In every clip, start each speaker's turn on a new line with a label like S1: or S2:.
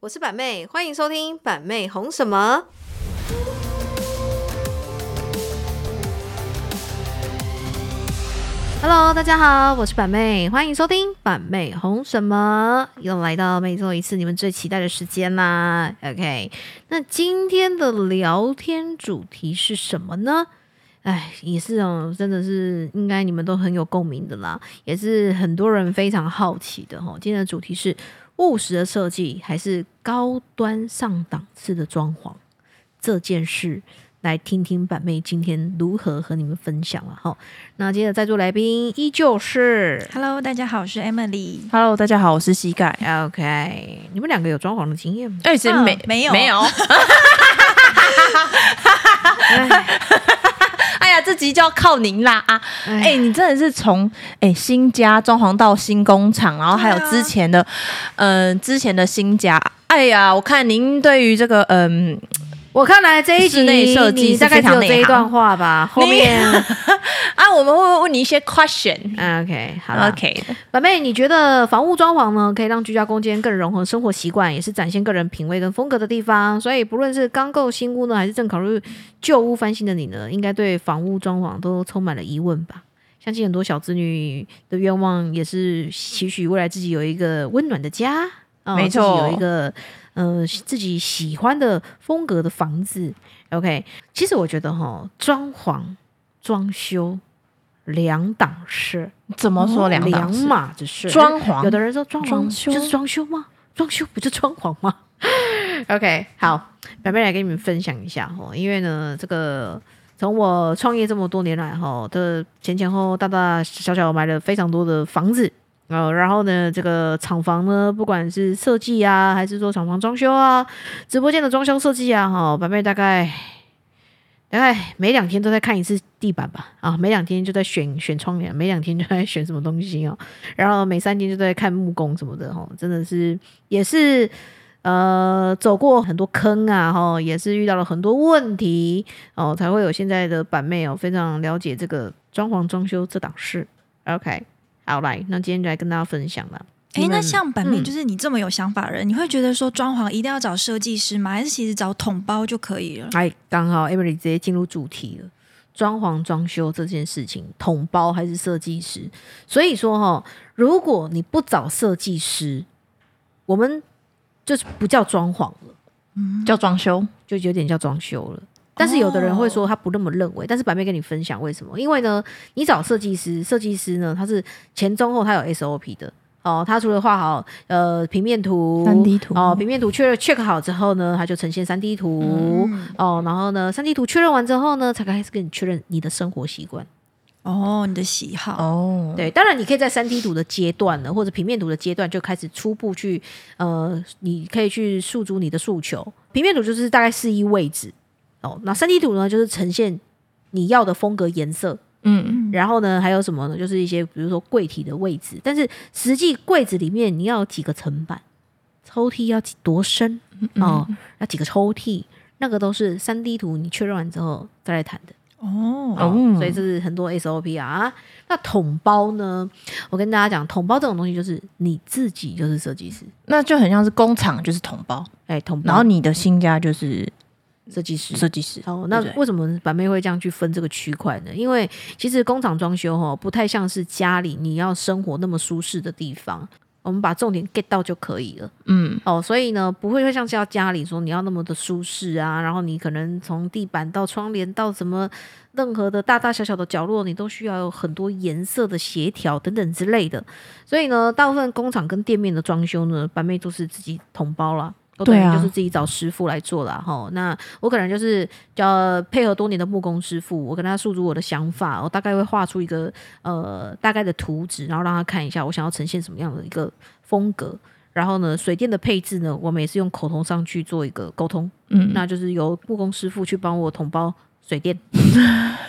S1: 我是板妹，欢迎收听板妹红什么。Hello，大家好，我是板妹，欢迎收听板妹红什么，又来到每周一次你们最期待的时间啦。OK，那今天的聊天主题是什么呢？哎，也是哦，真的是应该你们都很有共鸣的啦，也是很多人非常好奇的哦。今天的主题是务实的设计还是高端上档次的装潢这件事，来听听板妹今天如何和你们分享了哈。那今天的在座来宾依旧是
S2: Hello，大家好，我是 Emily。
S3: Hello，大家好，我是膝盖。
S1: OK，你们两个有装潢的经验 吗？
S3: 哎、其实
S2: 嗯
S3: 没、
S2: 没有
S3: 没有。 哎呀，这集就要靠您啦啊！哎、
S1: 哎，
S3: 你真的是从哎、新家装潢到新工厂，然后还有
S2: 对啊
S3: 之前的，嗯、之前的新家。哎呀，我看您对于这个嗯、
S1: 我看来这一集
S3: 室内设计
S1: 你大概只有这一段话吧，后 面
S3: 啊，我们会问你一些 question。
S1: 啊 OK 好了。
S3: OK，
S1: 板妹，你觉得房屋装潢呢，可以让居家空间更融合生活习惯，也是展现个人品味跟风格的地方。所以，不论是刚购新屋呢，还是正考虑旧屋翻新的你呢，应该对房屋装潢都充满了疑问吧？相信很多小子女的愿望也是期许未来自己有一个温暖的家，啊，
S3: 没
S1: 自己
S3: 错
S1: 有一个呃自己喜欢的风格的房子。OK，其实我觉得哈，装潢、装修两档事。
S3: 怎么说两档次？
S1: 哦码只是
S3: 装潢
S1: 嗯有的人说装潢
S3: 装修
S1: 就是装修吗？装修不就装潢吗 ？OK，好，表妹来跟你们分享一下哦，因为呢，这个从我创业这么多年来哈，这前前后后大大小小买了非常多的房子。呃，然后呢，这个厂房呢，不管是设计啊，还是说厂房装修啊，直播间的装修设计啊，哈，板妹大概大概每两天都在看一次地板吧，啊，每两天就在选选窗帘，每两天就在选什么东西哦，然后每三天就在看木工什么的哦，真的是也是呃走过很多坑啊，哈，也是遇到了很多问题哦，才会有现在的板妹哦，非常了解这个装潢装修这档事。OK，好来，那今天就来跟大家分享了。
S2: 哎
S1: 你，们
S2: 那像板妹，
S1: 嗯
S2: 就是你这么有想法的人，你会觉得说装潢一定要找设计师吗？还是其实找统包就可以了？
S1: 哎，刚好 Emily 直接进入主题了，装潢装修这件事情，统包还是设计师？所以说哈、如果你不找设计师，我们就是不叫装潢了，
S3: 叫装修。
S1: 就有点叫装修了。但是有的人会说他不那么认为，但是白妹跟你分享为什么？因为呢，你找设计师，设计师呢他是前中后他有 SOP 的哦，他除了画好呃平面图、
S3: 3D 图
S1: 哦，平面图确 check 好之后呢，他就呈现三 D 图、哦，然后呢三 D 图确认完之后呢，才开始跟你确认你的生活习惯。
S2: 哦，你的喜好，
S3: 哦，
S1: 对，当然你可以在三 D 图的阶段呢，或者平面图的阶段就开始初步去呃，你可以去诉诸你的诉求。平面图就是大概示意位置哦，那三 D 图呢就是呈现你要的风格、颜色，
S3: 嗯，
S1: 然后呢还有什么呢？就是一些比如说柜体的位置，但是实际柜子里面你要有几个层板，抽屉要几多深哦，要几个抽屉，那个都是三 D 图你确认完之后再来谈的。
S2: 哦，
S1: 哦
S3: 哦，
S1: 所以这是很多 SOP 啊。那统包呢？我跟大家讲，统包这种东西就是你自己就是设计师，
S3: 那就很像是工厂就是同胞，
S1: 哎，统包
S3: 然后你的新家就是
S1: 设计师。
S3: 设计师。
S1: 哦，那
S3: 对不对
S1: 为什么板妹会这样去分这个区块呢？因为其实工厂装修哈，不太像是家里你要生活那么舒适的地方，我们把重点 get 到就可以了。
S3: 嗯，
S1: 哦，所以呢，不会会像是要家里说你要那么的舒适啊，然后你可能从地板到窗帘到什么任何的大大小小的角落，你都需要有很多颜色的协调等等之类的。所以呢，大部分工厂跟店面的装修呢，板妹都是自己统包啦。都等
S3: 对
S1: 于
S3: 啊
S1: 就是自己找师傅来做啦。哈、那我可能就是叫配合多年的木工师傅，我跟他诉诸我的想法，我大概会画出一个呃大概的图纸，然后让他看一下我想要呈现什么样的一个风格。然后呢，水电的配置呢，我们也是用口头上去做一个沟通，
S3: 嗯
S1: 那就是由木工师傅去帮我统包水电，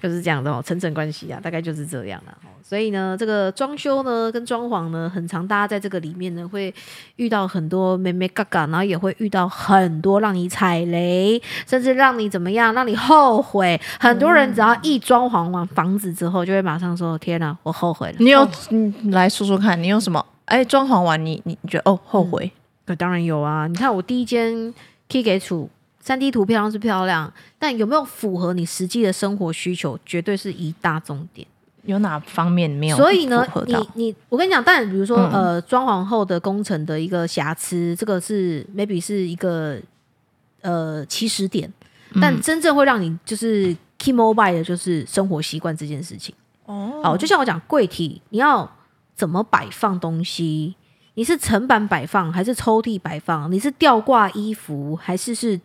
S1: 就是这样的哦，层层关系啊，大概就是这样了、哦。所以呢，这个装修呢跟装潢呢，很常大家在这个里面呢会遇到很多妹妹嘎嘎，然后也会遇到很多让你踩雷，甚至让你怎么样，让你后悔。很多人只要一装潢完房子之后，就会马上说：“天哪、我后悔了。”
S3: 你有、嗯，来说说看，你有什么？哎，装潢完你你你觉得哦后悔？
S1: 可当然有啊！你看我第一间 K 给处三 D 图漂亮是漂亮，但有没有符合你实际的生活需求，绝对是一大重点。
S3: 有哪方面没有？
S1: 所以呢
S3: 符合，
S1: 你
S3: 到
S1: 你我跟你讲，但比如说、
S3: 嗯
S1: 呃，装潢后的工程的一个瑕疵，这个是 maybe 是一个呃起始点，
S3: 嗯
S1: 但真正会让你就是 key mobile 的就是生活习惯这件事情。
S2: 哦
S3: 嗯
S1: 哦，就 像我讲柜体，你要怎么摆放东西？你是层板摆放还是抽屉摆放？你是吊挂衣服还是是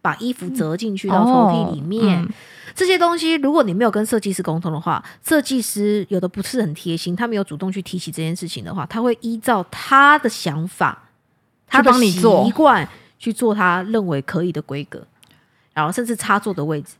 S1: 把衣服折进去到抽屉里面？
S3: 嗯哦嗯
S1: 这些东西，如果你没有跟设计师沟通的话，设计师有的不是很贴心，他没有主动去提起这件事情的话，他会依照他的想法，他的
S3: 帮你做
S1: 习惯去做他认为可以的规格，然后甚至插座的位置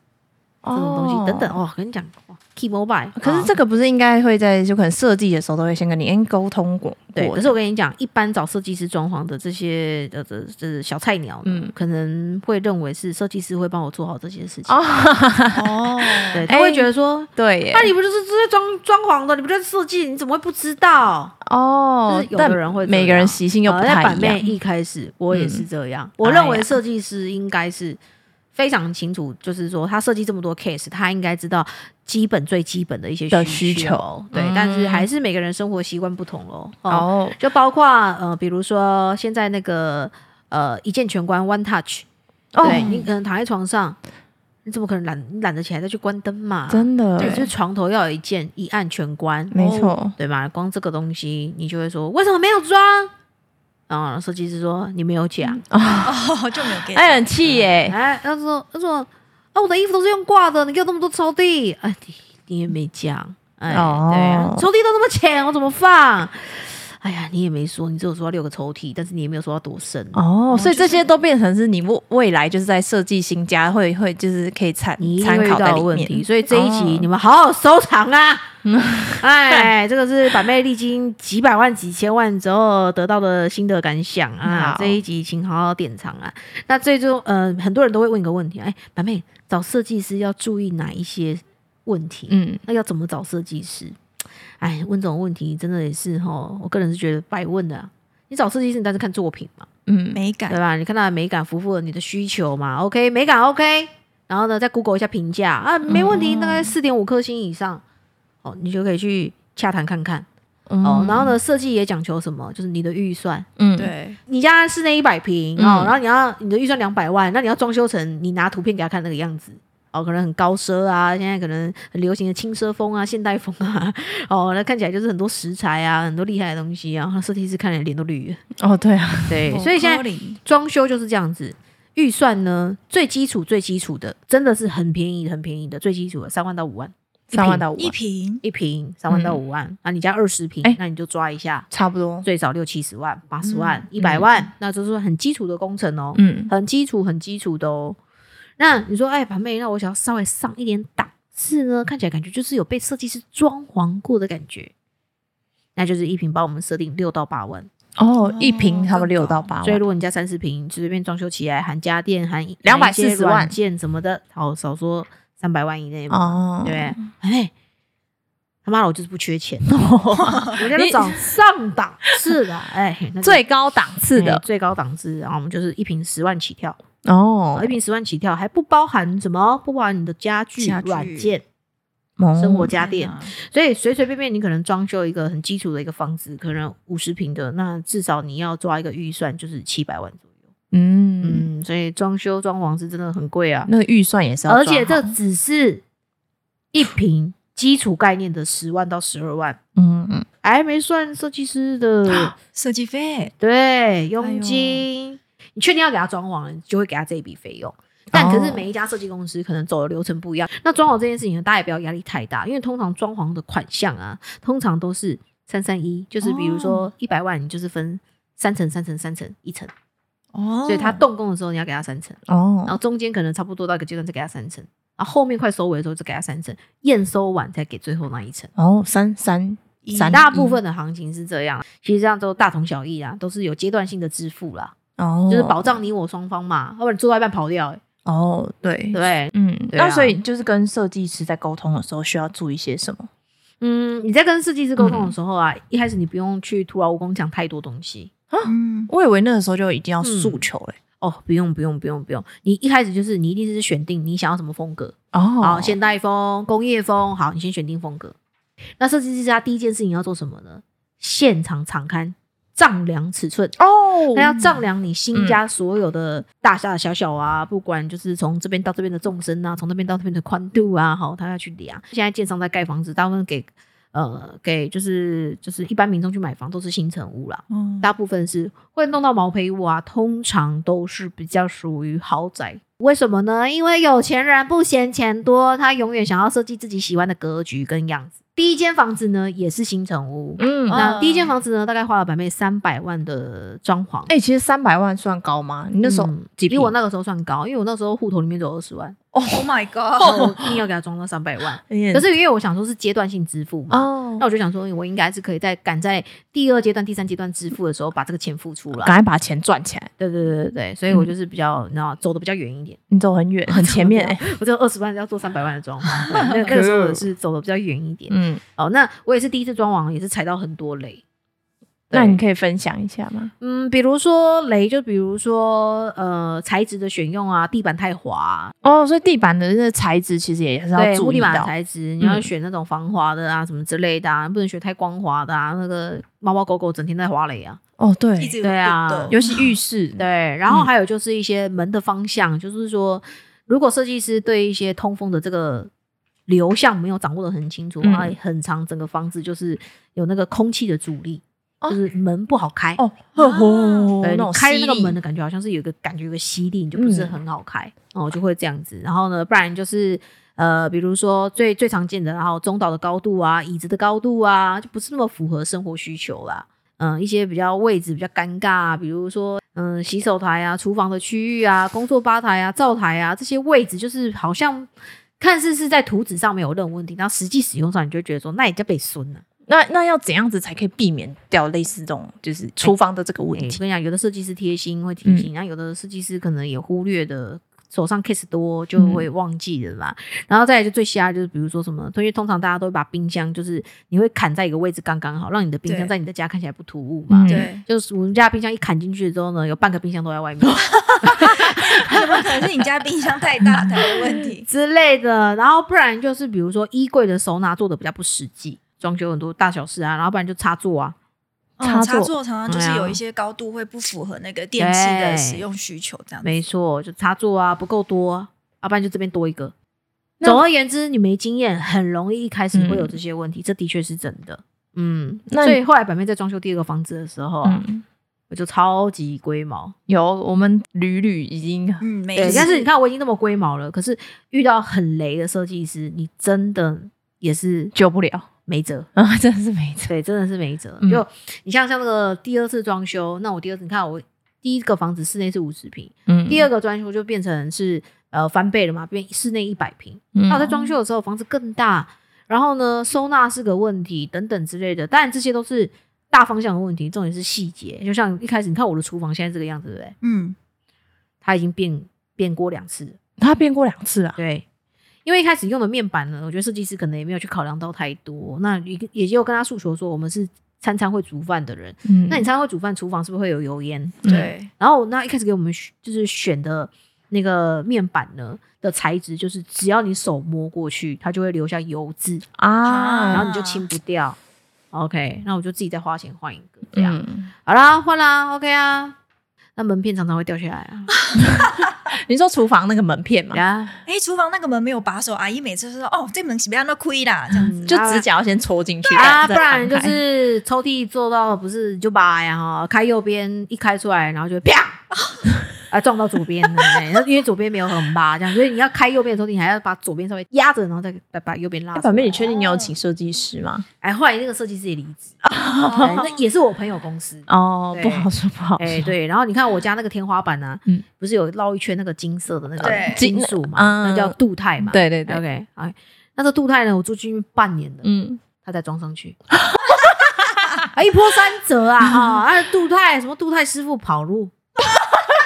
S1: 这种东西、等等。哦，跟你讲哇，Key Mobile，
S3: 可是
S1: 哦
S3: 这个不是应该会在就可能设计的时候都会先跟你先沟通过，
S1: 对，
S3: 过
S1: 可是我跟你讲，一般找设计师装潢的这些呃这这小菜鸟，嗯
S3: 嗯，
S1: 可能会认为是设计师会帮我做好这些事情，
S3: 哦，
S2: 哦，
S1: 对，他会
S3: 哎
S1: 觉得说，
S3: 对耶
S1: 那、，你不就是在装装潢的，你不就是设计，你怎么会不知道？
S3: 哦
S1: 就是，有
S3: 但
S1: 的人会这
S3: 每个
S1: 样
S3: 人习性又
S1: 呃
S3: 不
S1: 在
S3: 太
S1: 板
S3: 一
S1: 妹
S3: 样，
S1: 一开始我也是这样，我
S3: 哎
S1: 认为
S3: 呀
S1: 设计师应该是。非常清楚，就是说他设计这么多 case，他应该知道基本最基本的一些
S3: 的
S1: 需
S3: 需求
S1: 对，
S3: 嗯
S1: 但是还是每个人生活习惯不同咯。哦，
S3: 哦，
S1: 就包括呃，比如说现在那个呃一键全关 One Touch，、
S3: 哦
S1: 对你可能躺在床上，你怎么可能懒你懒得起来再去关灯嘛？
S3: 真的
S1: 对，就是床头要有一键一按全关，哦
S3: 没错，
S1: 对吧？光这个东西你就会说为什么没有装？然后设计师说你没有讲，
S2: 哦，就没有给。
S3: 哎，很气耶，
S1: 哎，他说他说啊我的衣服都是用挂的，你给我那么多抽屉，哎你你也没讲，哎、
S3: 哦
S1: 对啊，抽屉都那么浅，我怎么放？哎呀，你也没说，你只有说要六个抽屉，但是你也没有说要多深。
S3: 哦，所以这些都变成是你未未来就是在设计新家会会就是可以参
S1: 你一定
S3: 参
S1: 会遇
S3: 考在
S1: 到
S3: 里
S1: 问题，
S3: 面，
S1: 所以这一集
S3: 哦
S1: 你们好好收藏 啊！哎，这个是板妹历经几百万、几千万之后得到的心得感想啊
S3: 好！
S1: 这一集请好好典藏啊！那最终，呃，很多人都会问一个问题：哎，板妹找设计师要注意哪一些问题？
S3: 嗯，
S1: 那要怎么找设计师？哎，问这种问题真的也是哈，我个人是觉得白问的啊、你找设计师，你当然是看作品嘛。
S3: 嗯，
S2: 美感
S1: 对吧？你看它的美感符合你的需求嘛？OK，美感 OK，然后呢，再 Google 一下评价啊，没问
S3: 嗯
S1: 题，大概四点五颗星以上，哦，你就可以去洽谈看看哦。然后呢，设计也讲求什么？就是你的预算，
S3: 嗯，
S2: 对，
S1: 你家室内一百平哦，
S3: 嗯
S1: 然后你要你的预算两百万，那你要装修成你拿图片给他看那个样子。哦，可能很高奢啊，现在可能很流行的轻奢风啊、现代风啊，哦，那看起来就是很多食材啊、很多厉害的东西啊，然后设计师看了脸都绿了。
S3: 哦，对啊，
S1: 对，所以现在
S2: 在
S1: 装修就是这样子。预算呢，最基础最基础的，真的是很便宜很便宜的，最基础的三万到五万
S3: 三万到五
S2: 一
S3: 万，
S2: 瓶
S1: 一平，三万到五万。啊，你家二十平
S3: 嗯哎，
S1: 那你就抓一下，
S3: 差不多，
S1: 最少六七十万、八十万、一百万，那就是很基础的工程哦，
S3: 嗯，
S1: 很基础很基础的哦。那你说，哎，盘妹，那我想要稍微上一点档次呢，看起来感觉就是有被设计师装潢过的感觉，那就是一平帮我们设定六到八万。
S3: 哦，一瓶差不多
S2: 更
S3: 六
S2: 高
S3: 到八
S1: 所以
S3: 万，
S1: 如果你家三十平，随便装修起来，含家电、含
S3: 240
S1: 含一些软
S3: 万
S1: 件什么的，好少说三百万以内嘛，
S3: 哦
S1: 对不，对？哎，他妈的，我就是不缺 钱，我家都找上档次的，哎，那个
S3: 最高档次
S1: 哎
S3: 的
S1: 最高档次，然后我们就是一瓶十万起跳，
S3: 哦
S1: 一瓶十万起跳还不包含什么，不包含你的家具、
S2: 家具
S1: 软件、
S3: 哦
S1: 生活家电，
S2: 天哪
S1: 所以随随便便你可能装修一个很基础的一个房子，可能五十平的，那至少你要抓一个预算就是七百万左右。
S3: 嗯，
S1: 嗯，所以装修装潢是真的很贵啊，
S3: 那个预算也是要抓
S1: 而
S3: 好，
S1: 且这只是一瓶基础概念的十万到十二万，
S3: 嗯嗯
S1: 还没算设计师的
S2: 设计费
S1: 对佣金。你确定要给他装潢了，你就会给他这一笔费用。但可是每一家设计公司可能走的流程不一样，那装潢这件事情呢，大家也不要压力太大，因为通常装潢的款项啊，通常都是三三一，就是比如说一百万，你就是分三层、三层、三层、一层，
S2: 哦，
S1: 所以他动工的时候你要给他三层。然
S3: 哦
S1: 后中间可能差不多到一个阶段再给他三层，然后后面快收尾的时候再给他三层，验收完再给最后那一层。
S3: 哦三三三
S1: 大部
S3: 一嗯
S1: 分的行情是这样，其实这样都大同小异啦，都是有阶段性的支付啦，
S3: 哦，
S1: 就是保障你我双方嘛，要不然做到一半跑掉、欸，
S3: 哦对
S1: 对不。对？
S3: 嗯，
S1: 对啊
S3: 那所以就是跟设计师在沟通的时候需要注意些什么？
S1: 嗯，你在跟设计师沟通的时候啊，一开始你不用去徒劳无功讲太多东西，
S2: 嗯，
S3: 我以为那个时候就一定要诉求嘞、
S1: 哦，不用不用不用不用，你一开始就是你一定是选定你想要什么风格，
S3: 哦
S1: 嗯好，现代风、工业风，好，你先选定风格。那设计师他第一件事情要做什么呢？现场场刊丈量尺寸，
S3: 哦
S1: 那要丈量你新家所有的大大小小啊，不管就是从这边到这边的纵深啊，从这边到这边的宽度啊，好，他要去量。现在建商在盖房子，大部分给呃给就是就是一般民众去买房都是新城屋啦，
S2: 嗯
S1: 大部分是会弄到毛坯屋啊，通常都是比较属于豪宅。为什么呢？因为有钱人不嫌钱多，他永远想要设计自己喜欢的格局跟样子。第一间房子呢，也是新城屋。
S3: 嗯
S2: 哦
S3: 哎、
S1: 那第一间房子呢，大概花了百分之三百万的装潢。
S3: 哎其实三百万算高吗？你那时候
S1: 嗯
S3: 几
S1: 比
S3: 平？
S1: 我那个时候算高，因为我那时候户头里面只有二十万，
S2: ，Oh my
S1: 然
S3: 哦
S2: God，
S1: 后我硬要给他装到三百万。
S3: 可
S1: 嗯可是因为我想说是阶段性支付嘛，
S3: 嗯哦
S1: 那，我就想说我应该是可以在赶在第二阶段、第三阶段支付的时候把这个钱付出来。
S3: 赶快把钱赚起来，
S1: 对对对对对，所以我就是比较，你知道，走的比较远一点。
S3: 你走 很远，很前面哎、
S1: 我只有二十万要做三百万的装潢，对那那个时候我是走的比较远一点。
S3: 嗯，
S1: 哦，那我也是第一次装潢，也是踩到很多雷。
S3: 那
S1: 对
S3: 你可以分享一下吗？
S1: 嗯，比如说雷，就比如说呃材质的选用啊，地板太滑啊、
S3: 哦，所以地板的那个材质其实也是要
S1: 对，
S3: 注
S1: 木
S3: 意
S1: 地板的
S3: 到，
S1: 材质，你要
S3: 嗯
S1: 选那种防滑的啊，什么之类的啊，不能选太光滑的啊。那个猫猫狗狗整天在滑雷啊。
S3: 哦，
S2: 一
S3: 对，
S2: 直
S1: 对啊
S3: 尤其浴室，
S1: 对，然后还有就是一些门的方向，就是说，如果设计师对一些通风的这个流向没有掌握的很清楚，
S3: 嗯
S1: 啊、很长整个房子就是有那个空气的阻力，
S3: 哦
S1: 就是门不好开。
S3: 哦，呵
S1: 对，
S3: 呵，那
S1: 你
S3: 种
S1: 哦开那个
S3: 吸力嗯
S1: 门的感觉，好像是有一个感觉，有个吸力，你就不是很好开，哦，就会这样子。然后呢，不然就是呃，比如说最最常见的，然后中岛的高度啊，椅子的高度啊，就不是那么符合生活需求啦。嗯，一些比较位置比较尴尬、啊，比如说嗯，洗手台啊、厨房的区域啊、工作吧台啊、灶台啊这些位置，就是好像看似是在图纸上没有任何问题，但实际使用上你就会觉得说，那你叫被孙了。
S3: 那那要怎样子才可以避免掉类似这种就是厨房的这个问
S1: 欸我
S3: 题？
S1: 跟你讲，有的设计师贴心会提醒，然后有的设计师可能也忽略的。手上 case 多就会忘记了嘛，然后再来就最瞎的就是比如说什么，因为通常大家都会把冰箱就是你会砍在一个位置刚刚好，让你的冰箱
S2: 对嗯
S1: 在你的家看起来不突兀嘛。
S2: 对，
S1: 就是我们家冰箱一砍进去之后呢，有半个冰箱都在外面
S2: 有没有可能是你家冰箱太 大才有问题？
S1: 之类的，然后不然就是比如说衣柜的手拿做的比较不实际，装修很多大小事啊，然后不然就插座啊，
S2: 嗯
S3: 插
S2: 插
S3: 座
S2: 座常常就
S1: 对
S2: 是
S1: 啊
S2: 有一些高度会不符合那个电器的使用需求，这样子。
S1: 没错，就插座啊不够多啊，要不然就这边多一个。
S3: 那
S1: 总而言之，你没经验，很容易一开始会有这些问题，这的确是真的。嗯，
S3: 那
S1: 所以后来板妹在装修第二个房子的时候啊，
S3: 嗯，
S1: 我就超级龟毛。
S3: 有，我们屡屡已经
S2: 嗯，没
S1: 对，
S2: 错。
S1: 但是你看我已经那么龟毛了，可是遇到很雷的设计师，你真的也是
S3: 救不了
S1: 没辙。
S3: 啊，真的是没辙。
S1: 对，真的是没辙。
S3: 嗯
S1: 就你像像那个第二次装修，那我第二次你看我第一个房子室内是五十平，
S3: 嗯
S1: 第二个装修就变成是呃翻倍了嘛，变室内一百平。那我在装修的时候，房子更大，然后呢，收纳是个问题，等等之类的。当然，这些都是大方向的问题，重点是细节。就像一开始，你看我的厨房现在这个样子，对不对？
S2: 嗯，
S1: 它已经变变过两次了，
S3: 他变过两次啊，
S1: 对。因为一开始用的面板呢，我觉得设计师可能也没有去考量到太多。那也也就跟他诉求说，我们是餐餐会煮饭的人，
S3: 嗯
S1: 那你餐餐会煮饭，厨房是不是会有油烟？
S2: 对，
S1: 然后那一开始给我们选就是选的那个面板呢的材质，就是只要你手摸过去，它就会留下油渍，
S3: 啊，
S1: 然后你就清不掉。OK，那我就自己再花钱换一个，这样、
S3: 嗯，
S1: 好啦，换啦，OK 啊。那门片常常会掉下来啊，
S3: 你说厨房那个门片嘛，
S1: 啊，
S2: 哎，厨房那个门没有把手，阿姨每次都说哦，这门是不要那亏啦，这样
S1: 嗯
S2: 子。
S3: 就指甲要先戳进去
S1: 啊，不
S3: 再再
S1: 然就
S3: 翻开
S1: 是抽屉做到不是就拔呀哈，开右边一开出来，然后就 啪啊撞到左边了，哎因为左边没有很拔这样，所以你要开右边的时候，你还要把左边稍微压着，然后再把把右边拉出
S3: 哎
S1: 来。
S3: 反面，你确定你有
S1: 啊
S3: 请设计师吗？
S1: 哎，后来那个设计师也离职，哎那也是我朋友公 司。
S3: 哦，
S1: 对
S3: 不好说，不好
S1: 哎、
S3: 说。
S1: 对，然后你看我家那个天花板呢、啊，
S3: 嗯
S1: 不是有绕一圈那个金色的那个
S2: 对
S1: 金属嘛，
S3: 金
S1: 那叫
S3: 嗯
S1: 镀钛嘛。
S3: 对对对
S1: ，OK，哎，那这镀钛呢，我住进去半年了，
S3: 嗯，
S1: 它才装上去， 啊，一波三折 啊，哈、啊，镀钛什么镀钛师傅跑路，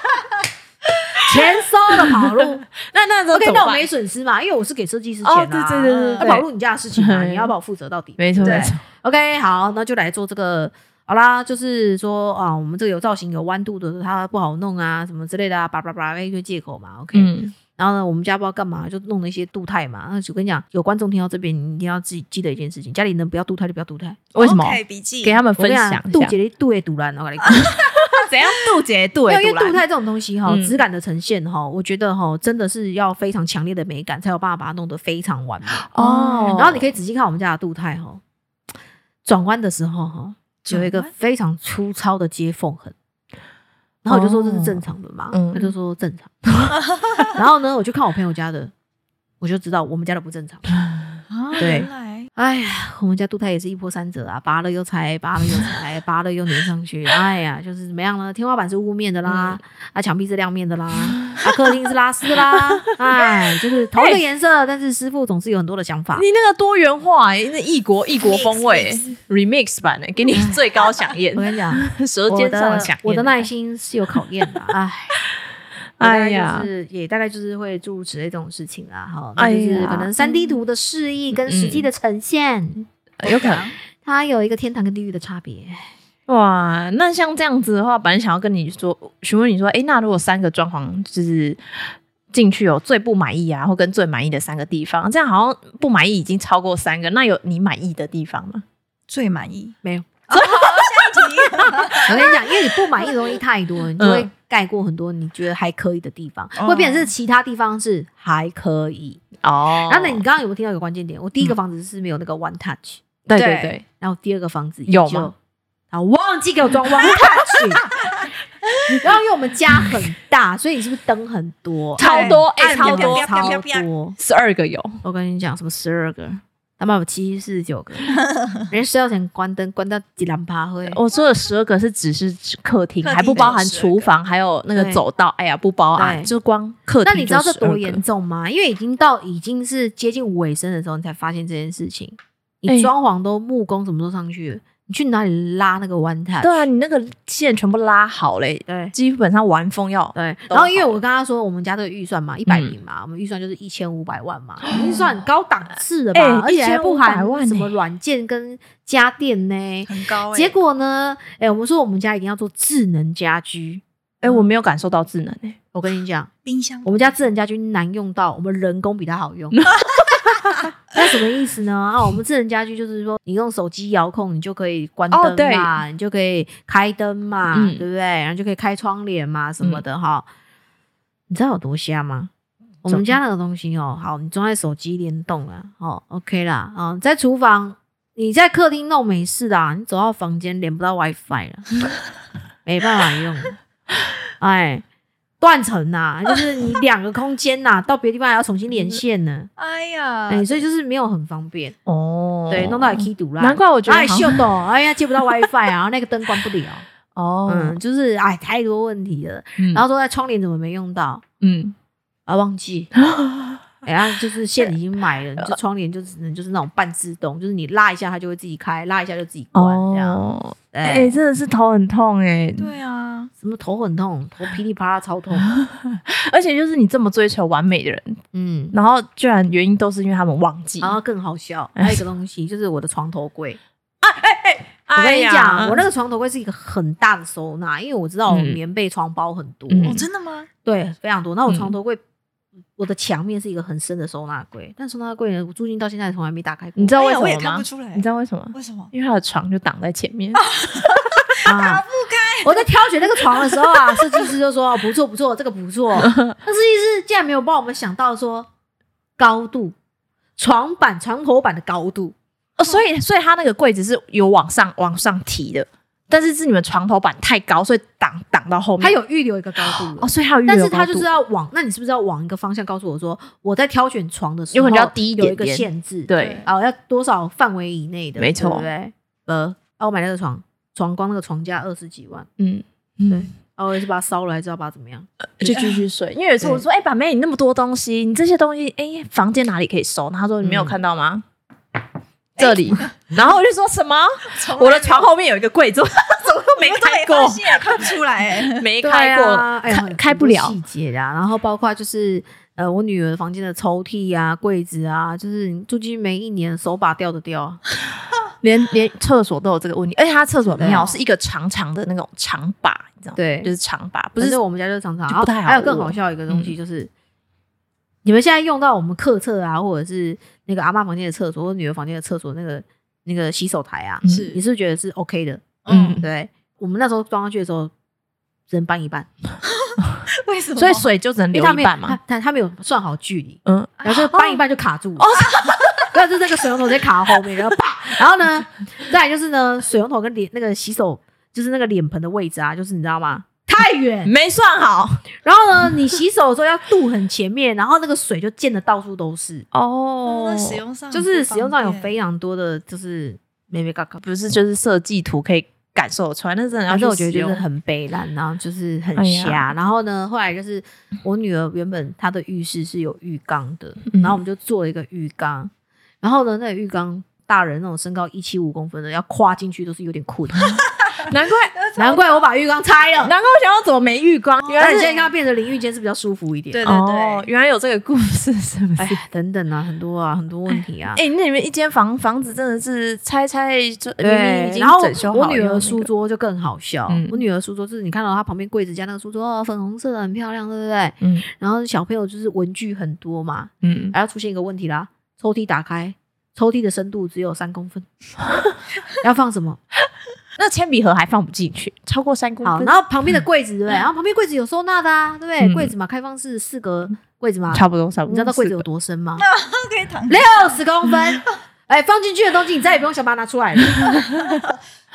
S1: 钱收了跑路
S3: 那那时候
S1: ，OK，
S3: 怎么
S1: 那我
S3: 办
S1: 没损失嘛，因为我是给设计师钱啊，
S3: 哦，对对对对
S1: 那
S3: 对，
S1: 跑路你家的事情嘛，
S3: 对
S1: 你要把我负责到底。
S3: 没错
S2: 对
S3: 没错，
S1: OK，好，那就来做这个好啦，就是说啊，我们这个有造型、有弯度的，它不好弄啊，什么之类的啊，叭叭叭一堆借口嘛，OK。
S3: 嗯，
S1: 然后呢，我们家不知道干嘛，就弄了一些镀钛嘛。那我跟你讲，有观众听到这边，你一定要自己记得一件事情：家里能不要镀钛就不要镀钛。
S3: 为什么？
S2: ？OK，笔哦记
S3: 给他们
S1: 我跟
S3: 分
S1: 你
S3: 享
S1: 讲，
S3: 一
S1: 镀
S3: 下，
S1: 姐镀也镀蓝，我跟你讲。
S3: 怎样杜绝杜
S1: 没有
S3: 欸
S1: 因为
S3: 杜
S1: 镀
S3: 兰
S1: 钛这种东西哈，
S3: 嗯
S1: 质感的呈现哈，我觉得哈，真的是要非常强烈的美感，才有办法把它弄得非常完美。
S3: 哦，
S1: 然后你可以仔细看我们家的镀钛哈，转弯的时候哈，有一个
S2: 转弯
S1: 非常粗糙的接缝痕。然后我就说这是正常的嘛，
S3: 嗯
S1: 他就说正常。 然后呢，我就看我朋友家的，我就知道我们家的不正常。
S2: 啊，
S1: 对
S2: 原来
S1: 哎呀，我们家镀钛也是一波三折啊，拔了又拆，拔了又拆，拔了又粘上去。哎呀，就是怎么样呢？天花板是雾面的啦，
S3: 嗯
S1: 啊，墙壁是亮面的啦，啊，客厅是拉丝的啦。哎，就是同一个颜色，但是师傅总是有很多的想法。
S3: 你那个多元化欸，那异国异国风味欸 remix 版的，给你最 高响应
S1: 我，跟你讲，
S3: 舌
S1: 我
S3: 尖上
S1: 的
S3: 响应。
S1: 我的耐心是有考验的， 哎。
S3: 哎
S1: 哎
S3: 呀
S1: 呀，就是也大概就是会诸如此类这种事情啦，哈，那就
S3: 哎
S1: 是
S3: 呀嗯
S1: 可能三 D 图的示意跟实际的呈现，
S3: 有
S2: 哎
S3: 可能
S1: 它有一个天堂跟地狱的差别。
S3: 哇，那像这样子的话，本来想要跟你说，询问你说，哎、那如果三个装潢就是进去有最不满意啊，或跟最满意的三个地方，这样好像不满意已经超过三个，那有你满意的地方吗？
S2: 最满意。
S1: 没有，
S2: 下一题
S1: 我跟你讲，因为你不满意的东西太多了，你就会
S3: 嗯
S1: 盖过很多你觉得还可以的地方，
S2: 哦
S1: 会变成是其他地方是还可以。
S3: 哦
S1: 然后呢，你刚刚有没有听到一个关键点？我第一个房子是没有那个 one touch，
S3: 对
S2: 对
S3: 对对，
S1: 然后第二个房子
S3: 有吗
S1: 就？啊，忘记给我装 one touch。然后因为我们家很大，所以你是不是灯很多？
S3: 超多哎、
S1: 按钮
S3: 超多
S1: 超
S2: 按钮啪啪啪
S1: 多。
S3: 十二个有，
S1: 我跟你讲，什么十二个，他妈有七四十九 个，人家睡觉前关灯，关到几两趴会。
S3: 我说的十二个是只是客厅，
S2: 客厅
S3: 还不包含
S2: 的12个
S3: 厨房，还有那个
S1: 对
S3: 走道，哎呀不包含，
S1: 对
S3: 就光客厅。
S1: 那你知道这
S3: 嗯
S1: 多严？重吗？因为已经到已经是接近尾声的时候，你才发现这件事情。
S3: 哎
S1: 你装潢都木工什么都上去了，你去哪里拉那个弯台？
S3: 对啊，你那个线全部拉好嘞，
S1: 对
S3: 基本上完风要
S1: 对。
S3: 都
S1: 然后因为
S3: 好嗯
S1: 我跟他说，我们家这个预算嘛，一百平嘛，我们预算就是一千五百万 嘛，预算很高档次的吧，
S3: 哎
S1: 而且还不含
S3: 1500万欸
S1: 什
S3: 呢
S1: 么软件跟家电呢。
S2: 很高欸
S1: 结果呢，哎、我们说我们家一定要做智能家居。
S3: 哎、我没有感受到智能哎、
S1: 我跟你讲，
S2: 冰箱
S1: 我们家智能家居难用到，我们人工比它好 用。那什么意思呢？啊，我们智能家居就是说，你用手机遥控，你就可以关
S3: 哦对
S1: 灯嘛，你就可以开灯嘛，
S3: 嗯
S1: 对不对？然后就可以开窗帘嘛，什么的哈。你知道有多瞎吗？我们家那个东西哦，好，你装在手机联动啊，哦，OK 啦，啊、在厨房，你在客厅弄没事啦，你走到房间连不到 WiFi 了，没办法 用，哎，断层呐、就是你两个空间呐、 到别的地方还要重新连线呢，
S2: 哎呀，
S1: 哎、所以就是没有很方便，
S3: 嗯哦
S1: 对，弄到也 key 堵啦，
S3: 难怪我觉得
S1: 哎
S3: 好
S1: 秀逗，哎呀接不到 WiFi 啊，那个灯关不了，
S3: 哦，嗯
S1: 嗯，就是哎太多问题了，然
S3: 然
S1: 后
S3: 后
S1: 说在窗帘怎么没用到
S3: 嗯，
S1: 啊，忘 记。哎呀，就是线已经买了，你
S3: 呃
S1: 就窗帘就只能就是那种半自动，就是你拉一下它就会自己开，拉一下就自己关这样。
S3: 哦，
S1: 哎、
S3: 哎，真的是头很痛哎，
S2: 对啊，
S1: 什么头很痛，头噼里啪啦超痛。
S3: 而且就是你这么追求完美的人，
S1: 嗯，
S3: 然后居然原因都是因为他们忘记
S1: 然，后更好笑，
S3: 哎
S1: 还有一个东西就是我的床头柜。我
S3: 哎
S1: 跟你
S3: 呀
S1: 讲，我那个床头柜是一个很大的收纳，因为我知道我
S3: 嗯
S1: 棉被、床包很多，
S3: 嗯
S2: 哦，真的吗？
S1: 对，非常多。那我
S3: 嗯
S1: 床头柜，我的墙面是一个很深的收纳柜，但收纳柜呢，我住进到现在从来没打开过。
S3: 你知道
S2: 哎
S3: 为
S2: 呀
S3: 什
S2: 我也
S3: 么
S2: 看
S3: 吗
S2: 不？出来，
S3: 你知道为什么？
S2: 为什么？
S3: 因为他的床就挡在前面，
S1: 哦啊， 我在挑选那个床的时候 啊，设计师就说哦不错不错，这个不错。那设计师竟然没有帮我们想到说高度，床板、床头板的高度。
S3: 哦所以所以他那个柜子是有往上往上提的，但是是你们床头板太高，所以挡挡到后面。
S1: 他有预留一个高度了
S3: 哦，所以还有预
S1: 但
S3: 留
S1: 是
S3: 高
S1: 他
S3: 度，
S1: 就是要往，那你是不是要往一个方向告诉我说，我在挑选床的时候，
S3: 有可能要低一点
S1: 有一个
S3: 点
S1: 限制，
S3: 对
S1: 啊、要多少范围以内的，
S3: 没错
S1: 对不对？呃，啊，我买那个床，床光那个床价二十几万，
S3: 嗯。
S1: 对
S3: 嗯，
S1: 啊，我也是把它烧了，还知道把它怎么样？
S3: 就继续睡。 因为有一次我说：“哎、板妹，你那么多东西，你这些东西，哎、房间哪里可以收？”然后他说：“你没
S1: 嗯
S3: 有看到吗？”这里，然后我就说什么？
S2: 从来
S3: 我的床后面有一个柜子，我 怎么都没
S2: 我都
S3: 开
S2: 没发
S3: 过，
S2: 现，看不出来哎。
S3: 没
S1: 对
S3: 开过，
S1: 啊哎呦
S3: 开
S1: 很
S3: 开不
S1: 多
S3: 了
S1: 细节的啊、然后包括就是呃，我女 儿房间的抽屉啊、柜子啊，就是你住进去没一年，手把掉的掉啊。
S3: 连连厕所都有这个问题，而且他厕所很
S1: 对啊
S3: 妙是一个长长的那种长把，你知道吗？
S1: 对
S3: 就是长把，
S1: 不
S3: 不是
S1: 是我们家就是常常，
S3: 就
S1: 然后
S3: 不太好嗯
S1: 还有更
S3: 握
S1: 好笑一个东西就是，你们现在用到我们客厕啊，或者是那个阿妈房间的厕所，或女儿房间的厕所那个那个洗手台啊，
S3: 嗯
S2: 是
S1: 你是不是觉得是 OK 的？
S3: 嗯
S1: 对，我们那时候装上去的时候，人搬一半，
S2: 为什么？
S3: 所以水就只能
S1: 因
S3: 流
S1: 为他
S3: 一
S1: 没有
S3: 半嘛
S1: 他。他他没有算好距离，
S3: 嗯，
S1: 然后就搬一半就卡住了。 然后就那个水龙头直接卡到后面，然后啪，然后呢，再来就是呢，水龙头跟脸那个洗手就是那个脸盆的位置啊，就是你知道吗？太远，
S3: 没算好
S1: 然后呢，你洗手的时候要渡很前面，然后那个水就溅得到处都是，
S3: 哦
S2: 那使用上
S1: 就是使用上有
S2: 非
S1: 非常多的就是妹妹嘎嘎。
S3: 不是就是设计图可以感受得出来，那真的要
S1: 然
S3: 去
S1: 后我觉得
S3: 使
S1: 就
S3: 用
S1: 是很悲惨，然后就是很
S3: 哎呀
S1: 瞎。然后呢，后来就是我女儿原本她的浴室是有浴缸的，
S3: 嗯
S1: 然后我们就做了一个浴缸。然后呢，那个浴缸大人那种身高一七五公分的要跨进去都是有点 困难，
S3: 难怪
S1: 难怪我把浴缸拆了。
S3: 难怪我想要怎么没浴缸，原
S1: 但
S3: 来
S1: 是
S3: 是
S1: 现在看它变成淋浴间是比较舒服一点。
S2: 对对
S3: 哦，
S2: 对，
S3: 原来有这个故事是不是？
S1: 哎，等等啊，很多啊，很多问题啊。
S3: 哎、那你们一间房房子真的是拆拆就明明已经
S1: 然后
S3: 整修好
S1: 我
S3: 了
S1: 女
S3: 又那
S1: 儿书
S3: 个
S1: 桌就更好笑，
S3: 嗯
S1: 我女儿书桌就是你看到她旁边柜子加那个书桌，哦粉红色的很漂亮，对不对？
S3: 嗯
S1: 然后小朋友就是文具很多嘛，
S3: 嗯，
S1: 然后出现一个问题啦，抽屉打开，抽屉的深度只有三公 分，要放什么？
S3: 那铅笔盒还放不进去，超过三公
S1: 好，
S3: 分
S1: 然，后旁边的柜子对不对？然后旁边柜子有收纳的啊，对不对？
S3: 嗯
S1: 柜子嘛，开放式四格柜子嘛，
S3: 差不多差不多。
S1: 你知道那柜子有
S3: 嗯是的
S1: 多深 吗？
S2: 都可以躺
S1: 六十公分。哎，放进去的东西你再也不用想把它拿出来了。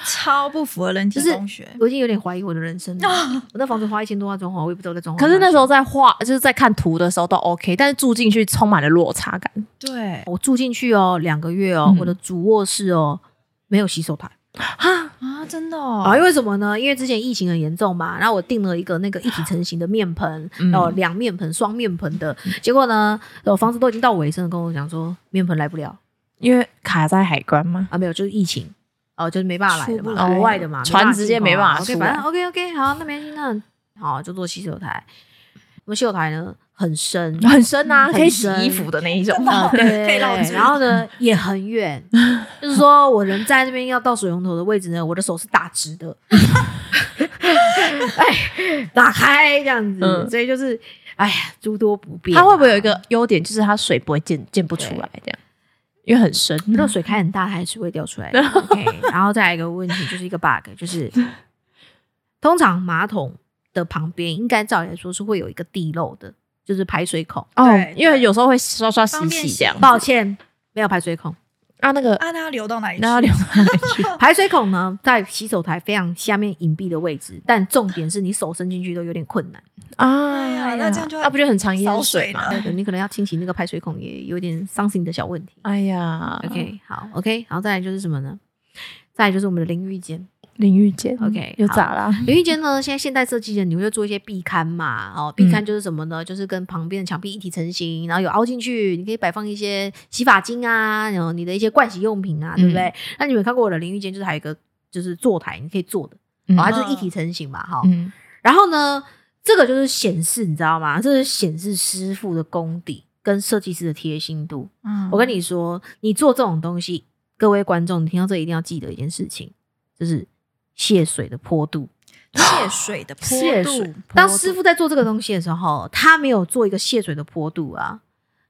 S2: 超不符合人体
S1: 就是
S2: 工学。
S1: 我已经有点怀疑我的人生 了。我那房子花一千多万装潢，我也不知道我在装潢哪
S3: 可
S1: 里。
S3: 是那时候在画，就是在看图的时候都 OK，但是住进去充满了落差感。
S2: 对
S1: 我住进去哦，两个月哦，
S3: 嗯
S1: 我的主卧室哦没有洗手台
S3: 哈，
S2: 啊，真的
S1: 啊，
S2: 哦，
S1: 因为什么呢？因为之前疫情很严重嘛，然后我订了一个那个一体成型的面盆，
S3: 嗯
S1: 哦、两面盆、双面盆的，结果呢，我房子都已经到尾声了，跟我讲说面盆来不了
S3: 因为卡在海关嘛，
S1: 啊，没有，就是疫情。哦，就是没办法来的
S2: 出不
S1: 嘛，
S2: 来
S1: 国外的嘛，
S3: 哦船直接没办法
S1: 啊 OK，
S3: 出来
S1: 反正 OK OK，好，那没关系，那好就做洗手台。我们洗手台呢很深，
S3: 很深啊，
S1: 很
S3: 可以洗
S1: 深
S3: 衣服的那一种。
S1: 啊，对对
S2: 可
S1: 对
S2: 以绕
S1: 对，
S2: 住
S1: 然后呢也很 远，就是说我人在这边要到水龙头的位置呢，我的手是打直 的，哎，打开这样子，
S3: 嗯
S1: 所以就是哎呀诸多不便、啊
S3: 它会不会有一？个优点，就是它水不会溅溅不出来这样，因为很深。
S1: 那水开很大，它还是会掉出来 的。OK，然后再来一个问题，就是一个 bug，就是通常马桶的旁边应该照理来说是会有一个地漏的，就是排水孔。
S3: 哦
S2: 对，
S3: 因为有时候会刷刷洗
S2: 方便
S3: 洗这样
S2: 洗。
S1: 抱歉，没有排水孔。
S3: 啊，那个
S2: 啊，那要流到哪里去？
S3: 那要留到哪里去？
S1: 排水孔呢，在洗手台非常下面隐蔽的位置，但重点是你手伸进去都有点困难，
S3: 啊
S2: 哎呀那这样就要
S3: 那不就很常淹
S2: 烧
S3: 水
S2: 水
S3: 吗？
S2: 呢？
S1: 对你可能要清洗那个排水孔，也有点 something 的小问题。
S3: 哎呀
S1: OK，好，OK，然后再来就是什么呢？再来就是我们的淋浴间，
S3: 淋浴间
S1: OK，
S3: 又
S1: 好
S3: 咋啦？
S1: 淋浴间呢，现在现代设计的你会做一些壁龛嘛？哦，壁龛就是什么呢？就是跟旁边的墙壁一体成型，然后有凹进去，你可以摆放一些洗发精啊，然后你的一些盥洗用品啊，对不对？那你们有看过我的淋浴间，就是还有一个就是坐台，你可以坐的，
S3: 嗯
S1: 哦，它就是一体成型嘛，哈、
S3: 嗯，
S1: 然后呢，这个就是显示，你知道吗？这是显示师傅的功底跟设计师的贴心度。
S2: 嗯
S1: 我跟你说，你做这种东西，各位观众，你听到这一定要记得一件事情，就是泄水的坡度。
S2: 泄水的坡
S1: 泄
S2: 度
S1: 水
S2: 坡。
S1: 当
S2: 度
S1: 师傅在做这个东西的时候，他没有做一个泄水的坡度啊。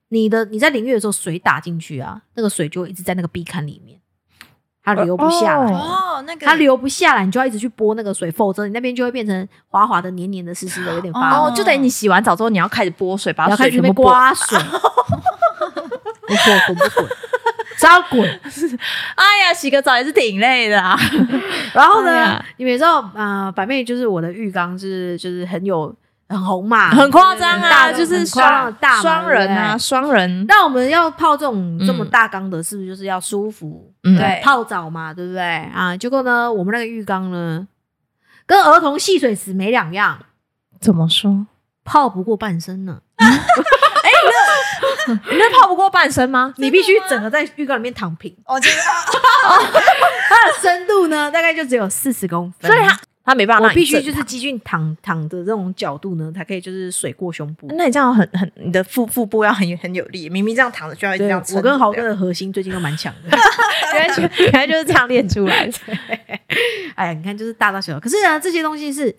S1: 你的你在淋浴的时候，水打进去啊，那个水就会一直在那个壁龛里面，它流不下来。
S3: 哦
S2: 哦，那个
S1: 它流不下来，你就要一直去拨那个水，否则你那边就会变成滑滑的、黏黏的、湿湿的，有点发霉。
S3: 哦，就等于你洗完澡之后，你要开始拨水，把
S1: 然后
S3: 水
S1: 开始
S3: 全
S1: 那
S3: 部
S1: 边刮
S3: 刮。
S1: 水，你给我滚 不滚？只要滚。
S3: 哎呀，洗个澡也是挺累的 啊。
S1: 然后呢，
S3: 哎呀
S1: 你们也知道，啊，板妹就是我的浴缸是就是很有很红嘛，
S3: 很夸张
S1: 很大
S3: 啊，就是
S1: 很夸张的
S3: 双
S1: 大嘛
S3: 双人啊，。双
S1: 对不对
S3: 人
S1: 那我们要泡这种
S3: 嗯
S1: 这么大缸的，是不是就是要舒服？
S3: 嗯
S2: 对
S1: 泡澡嘛，对不对啊？结果呢，我们那个浴缸呢，跟儿童戏水池没两样，
S3: 怎么说？
S1: 泡不过半身呢。
S3: 你那泡不过半身吗？
S1: 你必须整个在浴缸里面躺平，
S2: 哦，这个啊
S1: 它的深度呢大概就只有四十公分，
S3: 所以它他没办法
S1: 我
S3: 让你
S1: 必须
S3: 正
S1: 就是
S3: 躺
S1: 基俊躺躺的这种角度呢，才可以就是水过胸部。
S3: 那你这样很很，你的腹腹部要很很有力，明明这样躺着就要一直这
S1: 对，
S3: 样撑着。
S1: 我跟豪
S3: 这
S1: 哥
S3: 样
S1: 的核心最近都蛮强的。
S3: 原来就原来就是这样练出来的。
S1: 哎呀，你看就是大大小小，可是啊，这些东西是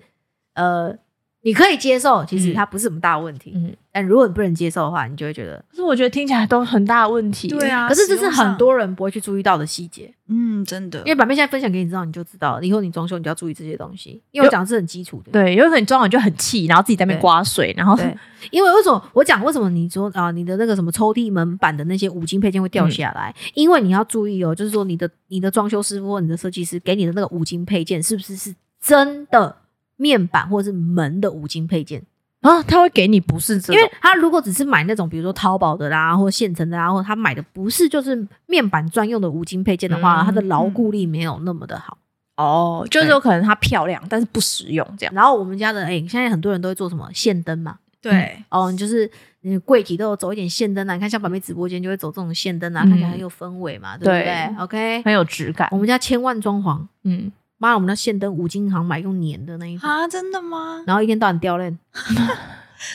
S1: 呃，你可以接受，其实
S3: 嗯
S1: 它不是什么大问题。
S3: 嗯，
S1: 但如果你不能接受的话，你就会觉得，
S3: 可是我觉得听起来都很大的问题。
S2: 对，啊，
S1: 可是这
S2: 使
S1: 是
S2: 用上
S1: 很，多人不会去注意到的细节。
S2: 嗯，真的
S1: 因，为板妹现在分享给你知道，你就知道了，以后你装修你就要注意这些东西，因为我讲的是很基础的。
S3: 对，有可能你装完就很气，然后自己在那边
S1: 对
S3: 刮水，然后
S1: 对，哦因为为什么我讲为什么你说啊、你的那个什么抽屉门板的那些五金配件会掉下来？因为你要注意哦，就是说你的你的装修师傅或你的设计师给你的那个五金配件是不是是真的面板或者是门的五金配件？
S3: 啊，他会给你不是这
S1: 因
S3: 种
S1: 为他如果只是买那种比如说淘宝的啦，或现成的啊啦，或他买的不是就是面板专用的五金配件的话，
S3: 嗯
S1: 它的牢固力没有那么的好。
S3: 哦，就是有可能它漂亮，但是不实用这样。
S1: 然后我们家的哎、现在很多人都会做什么线灯嘛，
S2: 对，
S1: 哦，你就是你柜体都有走一点线灯啊，你看像板妹直播间就会走这种线灯啊，
S3: 嗯
S1: 看起来很有氛围嘛，对不对
S3: 对
S1: o k
S3: 很有质感
S1: 我，们家千万装潢，
S3: 嗯，
S1: 妈，我们那线灯五金行买用粘的那一种，
S2: 啊，真的吗？
S1: 然后一天到晚掉 链，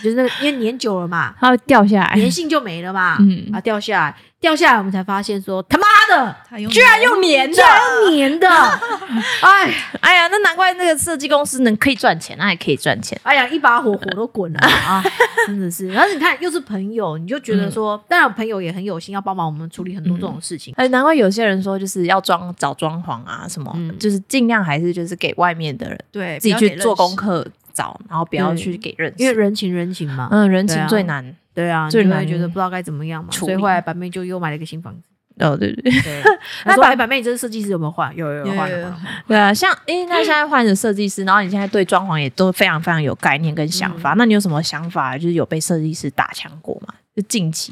S1: 就是那个因为粘久了嘛，
S3: 它会掉下来，
S1: 粘性就没了嘛，
S3: 哎嗯
S1: 啊掉下来，掉下来我们才发现说他妈的。
S2: 他用
S3: 居然用粘
S1: 居
S3: 的，
S1: 然用粘 的，哎，
S3: 哎呀，那难怪那个设计公司能可以赚钱，那也可以赚钱，
S1: 哎呀，一把火火都滚了啊！真的是，但是你看，又是朋友，你就觉
S3: 嗯
S1: 得说，当然朋友也很有心，要帮忙我们处理很多这种事情。
S3: 哎，难怪有些人说就是要装找装潢啊什么，
S1: 嗯
S3: 就是尽量还是就是给外面的人
S2: 对，
S3: 自
S2: 不
S3: 己
S2: 要
S3: 去
S2: 给认
S3: 做功
S2: 识，
S3: 课找，然后不要
S1: 对
S3: 去给认识，
S1: 因为人情人情嘛，
S3: 嗯，人
S1: 对
S3: 情
S1: 啊
S3: 最难，
S1: 对啊，
S3: 最
S1: 你就
S3: 难
S1: 会觉得不知道该怎么样嘛，
S3: 处
S1: 所以
S3: 理
S1: 后来板妹就又买了一个新房子。
S3: 哦，对对对，
S1: 对，
S3: 那
S1: 那说
S3: 板
S1: 哎，板妹，你这个设计师有没有换？有有有
S2: 有
S1: 换
S2: 有
S1: 了
S2: 有
S1: 换了。
S3: 对啊，像诶，那现在换了设计师，然后你现在对装潢也都非常非常有概念跟想
S1: 嗯
S3: 法，那你有什么想法？就是有被设计师打枪过吗？就近期，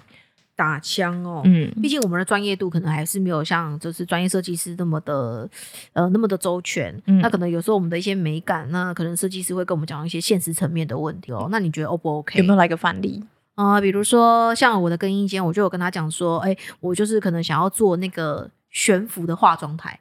S1: 打枪哦，
S3: 嗯，
S1: 毕竟我们的专业度可能还是没有像就是专业设计师那么的呃那么的周全。
S3: 嗯
S1: 那可能有时候我们的一些美感，那可能设计师会跟我们讲一些现实层面的问题哦。那你觉得 O 不 OK？
S3: 有没有来个 范例？
S1: 啊，比如说像我的更衣间，我就有跟他讲说，哎、我就是可能想要做那个悬浮的化妆台，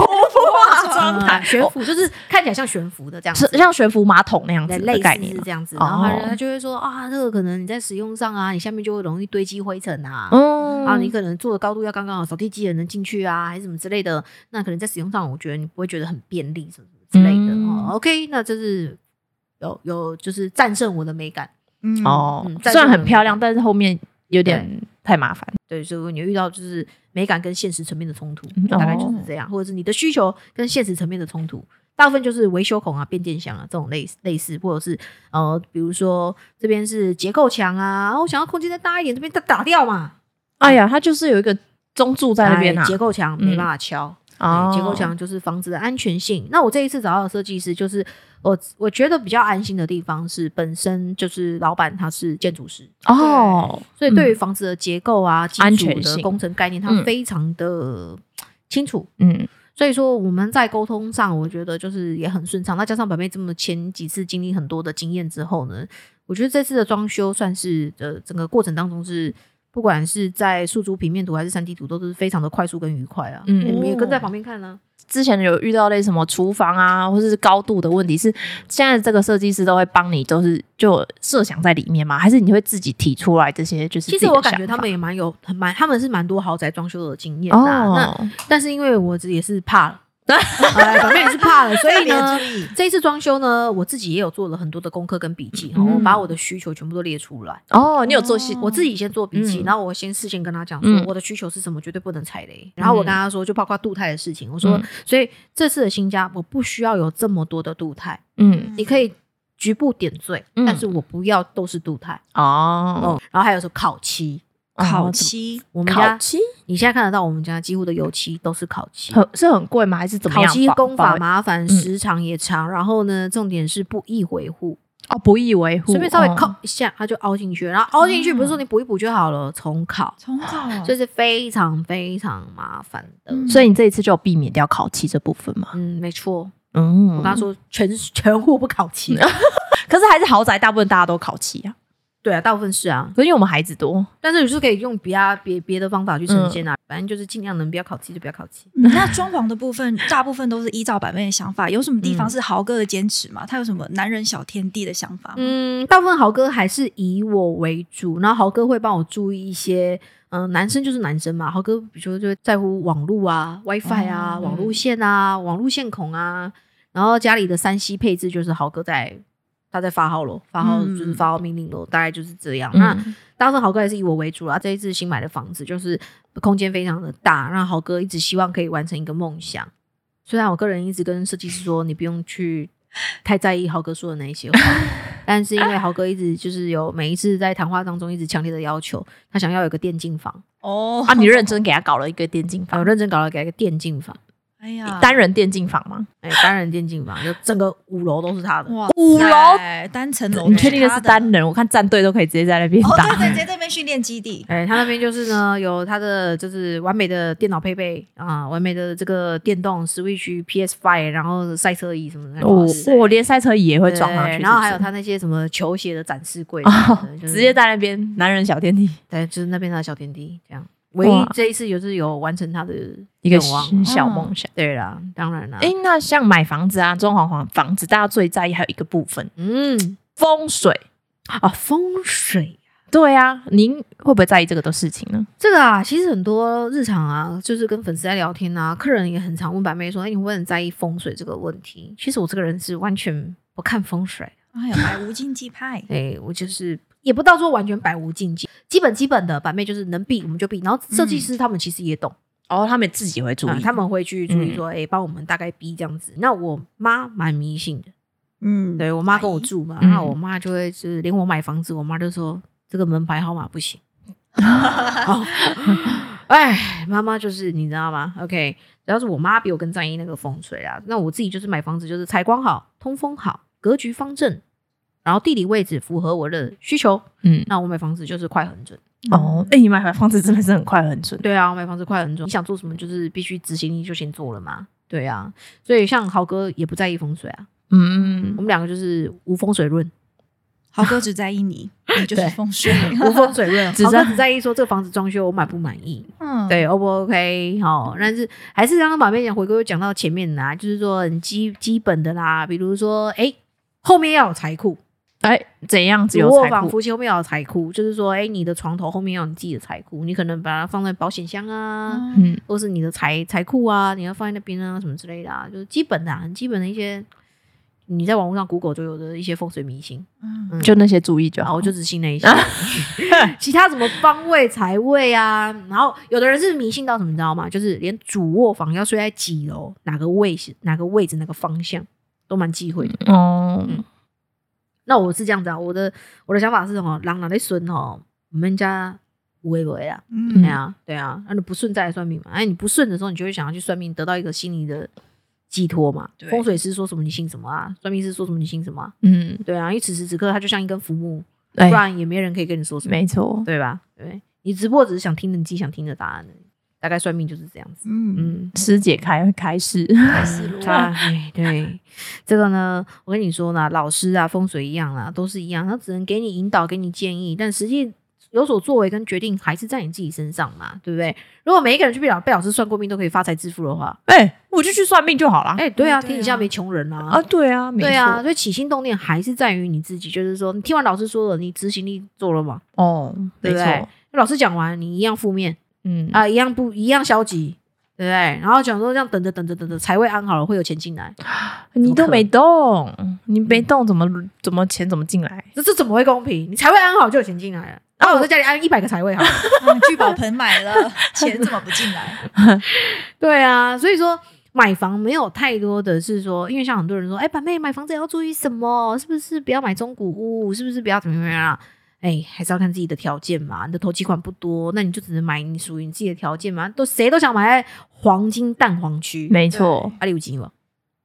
S3: 化哦
S1: 呃悬浮就是看起来像悬浮的这样
S3: 嗯是
S1: 子。
S3: 像悬浮马桶那样
S1: 对
S3: 子
S1: 类
S3: 的
S1: 似
S3: 概念
S1: 是
S3: 吗。
S1: 这样子，然后他
S3: 哦
S1: 他就会说啊，这个可能你在使用上啊，你下面就会容易堆积灰尘啊，
S3: 嗯
S1: 啊，你可能做的高度要刚刚好，扫地机也能进去啊，还是什么之类的，那可能在使用上，我觉得你不会觉得很便利什么什么之类的、
S3: 嗯
S1: 哦。OK，那就是有有就是战胜我的美感，
S2: 嗯，
S3: 哦
S1: 嗯，
S3: 虽然很漂亮，但是后面有点太麻烦。
S1: 对，所以你遇到就是美感跟现实层面的冲突，
S3: 嗯
S1: 大概就
S3: 哦
S1: 是这样，或者是你的需求跟现实层面的冲突，大部分就是维修孔啊、变电箱啊这种类似类似，或者是呃，比如说这边是结构墙啊，啊我想要空间再大一点，这边再打掉嘛，
S3: 哎呀，它就是有一个中柱在那边
S1: 哎
S3: 啊，
S1: 结构墙没办法敲。对
S3: 哦
S1: 结构墙就是房子的安全性。那我这一次找到的设计师，就是我我觉得比较安心的地方是，本身就是老板他是建筑师，
S3: 哦，
S1: 所以对于房子的结构啊、基
S3: 安
S1: 础
S3: 全
S1: 的
S3: 性
S1: 工程概念，他
S3: 嗯
S1: 非常的清楚。
S3: 嗯
S1: 所以说我们在沟通上，我觉得就是也很顺畅。那加上板妹这么前几次经历很多的经验之后呢，我觉得这次的装修算是呃整个过程当中是，不管是在数租平面图还是三 D 图，都是非常的快速跟愉快啊。
S3: 嗯
S1: 我们也跟在旁边看啊呢、
S3: 之前有遇到类什么厨房啊，或者是高度的问题，是现在这个设计师都会帮你，都是就设想在里面吗？还是你会自己提出来这些？就是
S1: 其
S3: 自
S1: 实
S3: 己
S1: 我
S3: 的
S1: 感觉
S3: 想
S1: 他
S3: 法
S1: 们也蛮有很蛮，他们是蛮多豪宅装修的经验的、啊。那
S3: 哦，
S1: 但是因为我也是怕 了，哎反正也是怕了，所以呢
S2: 特别注意，
S1: 这一次装修呢，我自己也有做了很多的功课跟笔记，哈，
S3: 嗯
S1: 我把我的需求全部都列出来。
S3: 哦，你有做戏
S2: 哦
S1: 我自己先做笔记，
S3: 嗯
S1: 然后我先事先跟他讲说
S3: 嗯
S1: 我的需求是什么，绝对不能踩雷。然后我跟他说，就包括镀钛的事情，我说
S3: 嗯，
S1: 所以这次的新家我不需要有这么多的镀钛，
S3: 嗯
S1: 你可以局部点缀，
S3: 嗯
S1: 但是我不要都是镀钛。
S3: 哦，
S1: 嗯，然后还有说烤漆，
S2: 烤
S3: 哦
S2: 漆，
S1: 我们
S3: 烤
S1: 家
S3: 漆
S1: 你现在看得到我们家几乎的油漆都是烤漆。
S3: 很是很贵吗？还是怎么
S1: 烤
S3: 样？
S1: 漆
S3: 保
S1: 工法
S3: 保
S1: 麻烦，
S3: 嗯
S1: 时长也长，然后呢，重点是不易维护，
S3: 哦，不易维护，
S1: 随便稍微
S3: 哦嗯
S1: 扣一下，它就凹进去，然后凹进去不是说你补一补就好了，重烤。
S2: 重烤哦，
S1: 所以是非常非常麻烦的。
S2: 嗯
S3: 所以你这一次就有避免掉烤漆这部分嘛？
S1: 嗯，没错，
S3: 嗯
S1: 我跟他说全全户不烤漆，
S3: 可是还是豪宅大部分大家都烤漆啊。
S1: 对啊，大部分是啊，
S3: 可是因为我们孩子多，
S1: 但是也是可以用别啊别别的方法
S3: 嗯
S1: 去呈现啊，反正就是尽量能不要烤漆就不要烤漆。
S2: 嗯那装潢的部分，大部分都是依照板妹的想法。有什么地
S1: 嗯
S2: 方是豪哥的坚持吗？他有什么男人小天地的想法吗？
S1: 嗯，大部分豪哥还是以我为主，然后豪哥会帮我注意一些，嗯、男生就是男生嘛，豪哥比如说就会在乎网路啊、WiFi 啊、
S2: 哦
S3: 嗯
S1: 网路线啊、网路线孔啊，然后家里的三 C 配置就是豪哥在他在发号咯，发号
S2: 嗯
S1: 就是发号命令咯，大概就是这样。那
S3: 嗯
S1: 大部分豪哥还是以我为主啦。这一次新买的房子就是空间非常的大，让豪哥一直希望可以完成一个梦想。虽然我个人一直跟设计师说，你不用去太在意豪哥说的那一些话，但是因为豪哥一直就是有每一次在谈话当中一直强烈的要求，他想要有个电竞房，
S2: 哦
S3: 啊，你认真给他搞了一个电竞
S1: 啊我
S3: 房，
S1: 认真搞了给他一个电竞房，
S2: 哎
S1: 嗯
S2: 呀，
S3: 单人电竞房吗？
S1: 哎，单人电竞房，就整个五楼都是他的。
S2: 哇
S3: 五楼
S2: 塞单层楼，
S3: 你确定
S2: 这
S3: 那是单？人？我看战队都可以直接在那边
S2: 哦，
S3: 打。
S2: 对对，直接这边训练 基地。
S1: 哎，他那边就是呢，有他的就是完美的电脑配备啊，完美的这个电动 Switch、PS Five，然后赛车椅什么的，
S3: 哦 我
S1: 哇塞
S3: 我连赛车椅也会装上
S1: 对
S3: 去是不是，
S1: 然后还有他那些什么球鞋的展示柜什么
S3: 哦
S1: 的，就是
S3: 直接在那边男人小天地
S1: 对，就是那边他的小天地这样。唯一
S3: 哇
S1: 这一次有是有完成他的
S3: 一个
S1: 愿望，
S3: 小梦想。
S1: 对啦，当然啦，
S3: 哎、那像买房子啊，装潢房房子，大家最在意还有一个部分
S1: 嗯，
S3: 风水。
S1: 啊，风水
S3: 对啊，您会不会在意这个的事情呢？
S1: 这个啊，其实很多日常啊，就是跟粉丝在聊天啊，客人也很常问白妹说，哎，你会不会很在意风水这个问题？其实我这个人是完全不看风水。，
S2: 哎呀，买无尽鸡派
S1: 哎，我就是也不到说完全百无禁忌，基本基本的版妹就是能避我们就避，然后设计师他们其实也懂，
S3: 哦，他们自己会注意，
S1: 啊他们会去注意说，哎、帮我们大概逼这样子。那我妈蛮迷信的，
S2: 嗯，
S1: 对我妈跟我住嘛，
S3: 嗯
S1: 那我妈就会就是连我买房子，我妈就说这个门牌号码不行。 哦哎，妈妈就是你知道吗？OK，主要是我妈比我更在意那个风水啊。那我自己就是买房子，就是采光好、通风好、格局方正，然后地理位置符合我的需求。
S3: 嗯，
S1: 那我买房子就是快很准。
S2: 嗯
S3: 哦，哎、你买房子真的是很快很准。
S1: 对啊，我买房子快很准，你想做什么就是必须执行力就先做了嘛。对啊，所以像豪哥也不在意风水啊，
S3: 嗯
S1: 我，们两个就是无风水论，
S2: 豪哥只在意你，你就是
S1: 对
S2: 风水。
S1: 无风水论，
S3: 只
S1: 豪哥
S3: 在
S1: 只在意说这个房子装修我满不满意，
S2: 嗯，
S1: 对，O 不 OK？好，但是还是刚刚马妹讲回归讲到前面啦、就是说很基基本的啦，比如说哎。后面要有财库，
S3: 哎、怎样只
S1: 主
S3: 有
S1: 卧
S3: 财
S1: 房
S3: 库？
S1: 夫妻后面要有财库，就是说，哎、你的床头后面要有你自己的财库，你可能把它放在保险箱啊，
S2: 嗯，
S3: 嗯，
S1: 或是你的财财库啊，你要放在那边啊，什么之类的啊，就是基本的、啊、很基本的一些，你在网络上 Google 就有的一些风水迷信
S2: 嗯，
S1: 嗯
S3: 就那些注意就
S1: 啊，
S3: 好。
S1: 我
S2: 哦
S1: 就只信那一些， 其他什么方位、财位啊，然后有的人是迷信到什么，你知道吗？就是连主卧房要睡在几楼、哪个位置、哪个位置、哪个方向都蛮忌
S2: 嗯
S1: 讳的。
S3: 哦、
S1: 那我是这样子啊，我的我的想法是什么？狼哪的孙哦，我们家无为不为啊，
S2: 嗯
S1: 对啊，对啊，那、你不顺再来算命嘛？哎，你不顺的时候，你就会想要去算命，得到一个心理的寄托嘛。
S2: 对
S1: 风水师说什么你信什么啊，算命师说什么你信什么、啊，
S3: 嗯，
S1: 对啊，因为此时此刻它就像一根浮木，不
S3: 哎、
S1: 然也没人可以跟你说什么，
S3: 没错，
S1: 对吧？对，你只不过只是想听你自己想听的答案而已，大概算命就是这样子。
S2: 嗯，
S1: 嗯，
S3: 师姐开开始，
S2: 思路
S1: 他
S2: 啊
S1: 哎对这个呢，我跟你说呢，老师啊，风水一样啦，都是一样，他只能给你引导，给你建议，但实际有所作为跟决定还是在你自己身上嘛，对不对？如果每一个人去被老被老师算过命都可以发财致富的话，
S3: 哎、我就去算命就好了。
S1: 哎、对啊，
S2: 对啊
S1: 天底下没穷人啊。
S3: 啊，对啊，没
S1: 对啊，
S3: 错，
S1: 所以起心动念还是在于你自己，就是说，你听完老师说了，你执行力做了嘛？
S3: 哦，
S1: 对
S3: 没
S1: 不对
S3: 错，
S1: 老师讲完，你一样负面
S3: 嗯
S1: 啊、一样不一样消极，对不对？然后讲说这样等着等着等着财位安好了，会有钱进来，
S3: 啊你
S1: 怎么
S3: 都
S1: 可
S3: 没动，你没动，怎么怎么钱怎么进来？
S1: 这这怎么会公平？你财位安好就有钱进来
S3: 哦
S1: 了，然后我在家里安一百个财位好了。
S2: 嗯聚宝盆买了， 钱怎么不进来？
S1: 对啊，所以说买房没有太多的是说，因为像很多人说，哎、板妹买房子要注意什么？是不是不要买中古屋？是不是不要怎么样啊？哎、还是要看自己的条件嘛。你的投期款不多，那你就只能买你属于你自己的条件嘛。都谁都想买在黄金蛋黄区，
S3: 没错，
S1: 啊，你有钱不？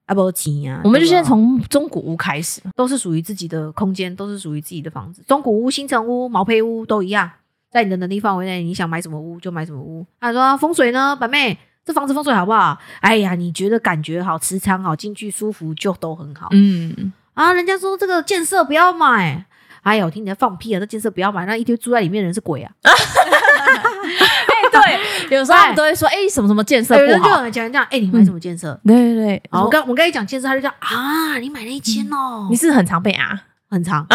S1: 啊，不钱啊！
S3: 我们就
S1: 对不
S3: 现在从中古屋开始。
S1: 都是属于自己的空间，都是属于自己的房子，中古屋、新城屋、毛坯屋都一样，在你的能力范围内，你想买什么屋就买什么屋。他说风水呢，板妹，这房子风水好不好？哎呀，你觉得感觉好、磁场好、进去舒服就都很好、
S3: 嗯，
S1: 啊。人家说这个建设不要买。哎呀，我听你在放屁啊，这建设不要买，那一堆住在里面的人是鬼啊！
S3: 哎对，有时候他们都会说，哎、什么什么建设
S1: 有人
S3: 不
S1: 就
S3: 好，
S1: 有人讲这样，哎，你
S3: 嗯
S1: 哦买什么建设？
S3: 对对对，
S1: 好，我
S3: 我
S1: 刚我刚一讲建设，他就讲啊，你买那一间哦，
S3: 嗯你是很常被啊，
S1: 很 长。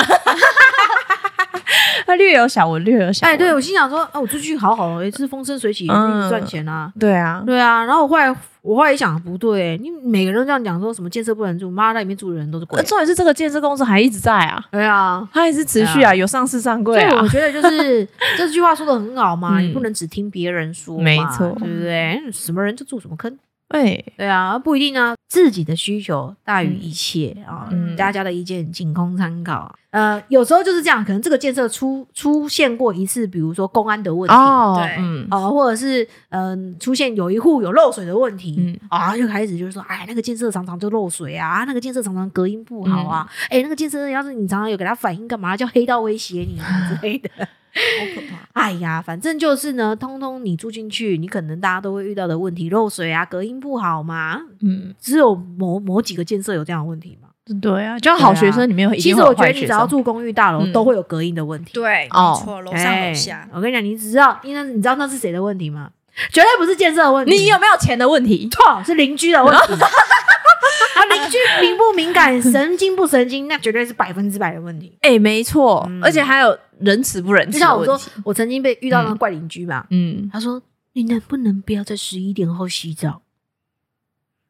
S3: 他略有小我略有小我，
S1: 哎，对我心想说，啊，我出去好好，也是风生水起，
S3: 嗯
S1: 自己赚钱啊。
S3: 对啊，
S1: 对啊，然后我后来我后来一想，不对，你每个人都这样讲，说什么建设不能住，妈，那里面住的人都是鬼
S3: 呃。重点是这个建设公司还一直在啊，
S1: 对啊，
S3: 它还是持续
S1: 对
S3: 啊，有上市上
S1: 所
S3: 柜
S1: 以
S3: 啊
S1: 我，觉得就是 这句话说的很好嘛，
S3: 嗯
S1: 你不能只听别人说嘛，
S3: 没错
S1: 对不对？嗯什么人就住什么坑，
S3: 哎，
S1: 对啊，不一定啊，自己的需求大于一切啊，
S3: 嗯
S1: 大家的意见仅供参考。呃，有时候就是这样，可能这个建设出出现过一次，比如说公安的问题。
S3: 哦
S2: 对，
S3: 嗯，
S1: 哦，或者是嗯、出现有一户有漏水的问题
S3: 嗯
S1: 啊、就开始就是说，哎，那个建设常常就漏水啊，那个建设常常隔音不好啊，
S3: 嗯
S1: 哎、那个建设要是你常常有给他反映，干嘛叫黑道威胁你啊之类的。
S2: 好可怕。
S1: 哎呀，反正就是呢，通通你住进去，你可能大家都会遇到的问题，漏水啊，隔音不好嘛，
S3: 嗯，
S1: 只有某某几个建设有这样的问题嘛。
S3: 对啊，就像好学生里面有一
S1: 其
S3: 定
S1: 实
S3: 会有
S1: 我觉得
S3: 坏
S1: 你只
S3: 学
S1: 要
S3: 生，
S1: 住公寓大楼，
S3: 嗯
S1: 都会有隔音的问题。
S2: 对，
S3: 哦
S2: 没错，楼上
S1: 哎
S2: 楼下，
S1: 我跟你讲，你只知道，因为你知道那是谁的问题吗？绝对不是建设的问题，
S3: 你有没有钱的问题？
S1: 错是邻居的问题。 啊，邻居敏不敏感、神经不神经，那绝对是百分之百的问 题。
S3: 哎，没错
S1: 嗯，
S3: 而且还有仁慈不仁
S1: 就
S3: 慈
S1: 像
S3: 的
S1: 我
S3: 问
S1: 说
S3: 题，，
S1: 我曾经被遇到那个怪邻居嘛，
S3: 嗯，
S1: 他说：“你能不能不要在十一点后洗澡？”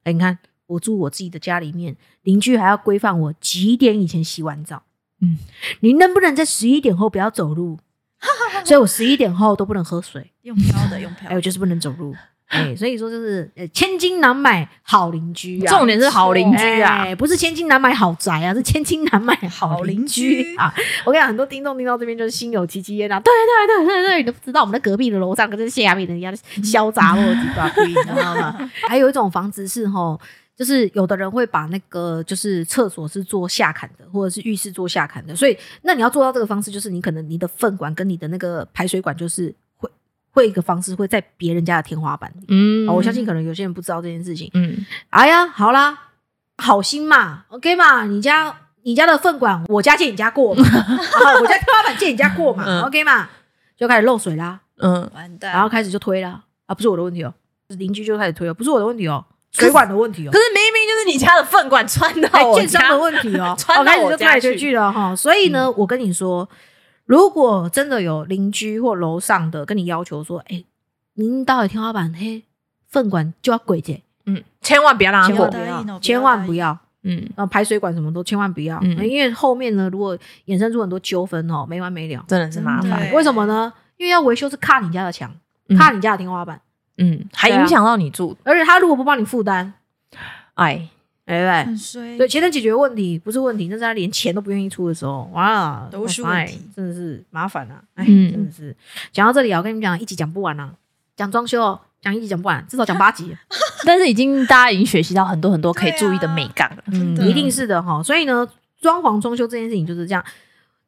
S1: 哎、你看，我住我自己的家里面，邻居还要规范我几点以前洗完澡。
S3: 嗯，
S1: 你能不能在十一点后不要走路？ 所以我十一点后都不能喝水，
S2: 用飘的用
S1: 还
S2: 飘
S1: 有、我
S2: 的，
S1: 就是不能走路。哎、所以说就是呃，千金难买好邻居啊。
S3: 重点是好邻居啊，
S1: 哎，不是千金难买好宅啊，是千金难买好邻
S2: 好邻
S1: 居
S2: 居
S1: 啊！我跟你讲，很多听众听到这边就是心有戚戚焉啊。对对对对对，你都不知道我们的隔壁的楼上跟这下面的人家
S3: 嗯
S1: 潇洒落几把不一样，你知道吗？还有一种房子是吼。就是有的人会把那个就是厕所是做下砍的，或者是浴室做下砍的，所以那你要做到这个方式，就是你可能你的粪管跟你的那个排水管就是会会一个方式会在别人家的天花板里、
S3: 嗯
S1: 哦。我相信，可能有些人不知道这件事情，
S3: 嗯，
S1: 哎呀，好啦，好心嘛，OK 嘛，你家你家的粪管，我家借你家过嘛， 然后我家天花板借你家过嘛、
S3: 嗯
S1: o k 嘛，就开始漏水啦，
S3: 嗯，
S2: 完蛋。
S1: 然后开始就推啦，啊，不是我的问题哦，邻居就开始推了，不是我的问题哦，水管的问题哦
S3: 可，是明明就是你家的粪管穿
S1: 还
S3: 到我
S1: 建商
S3: 家
S1: 的，问题哦，
S3: 穿
S1: 哦
S3: 到
S1: 开始
S3: 我
S1: 就
S3: 家
S1: 推来推
S3: 去嗯
S1: 去了哈，所以呢，我跟你说，如果真的有邻居或楼上的跟你要求说，哎、您到底天花板嘿粪管就要鬼姐，
S3: 嗯，千万不要让它
S1: 千万不，
S3: 过
S2: 答应哦不要
S1: 要，千万
S2: 答
S1: 不
S2: 应
S1: 要。
S3: 嗯，
S1: 呃，排水管什么都千万不要，
S3: 嗯
S1: 因为后面呢，如果衍生出很多纠纷哦，没完没了。
S3: 真的是麻烦，
S2: 对
S1: 为什么呢？因为要维修是卡你家的墙，
S3: 嗯
S1: 卡你家的天花板，
S3: 嗯，还
S1: 对啊
S3: 影响到你住，
S1: 而且他如果不帮你负担，
S3: 哎，
S1: 对不对？
S2: 很衰，
S1: 对，钱能解决问题不是问题，但是他连钱都不愿意出的时候，哇，
S2: 都是
S1: 哇塞
S2: 问题
S1: 真的是麻烦啊！哎，
S3: 嗯
S1: 真的是讲到这里啊，我跟你们讲，一集讲不完啊，讲装修哦讲一集讲不完，至少讲八集，
S3: 但是已经大家已经学习到很多很多可以注意啊的美感了，嗯
S2: 真的
S1: 嗯一定是的哈。所以呢，装潢装修这件事情就是这样，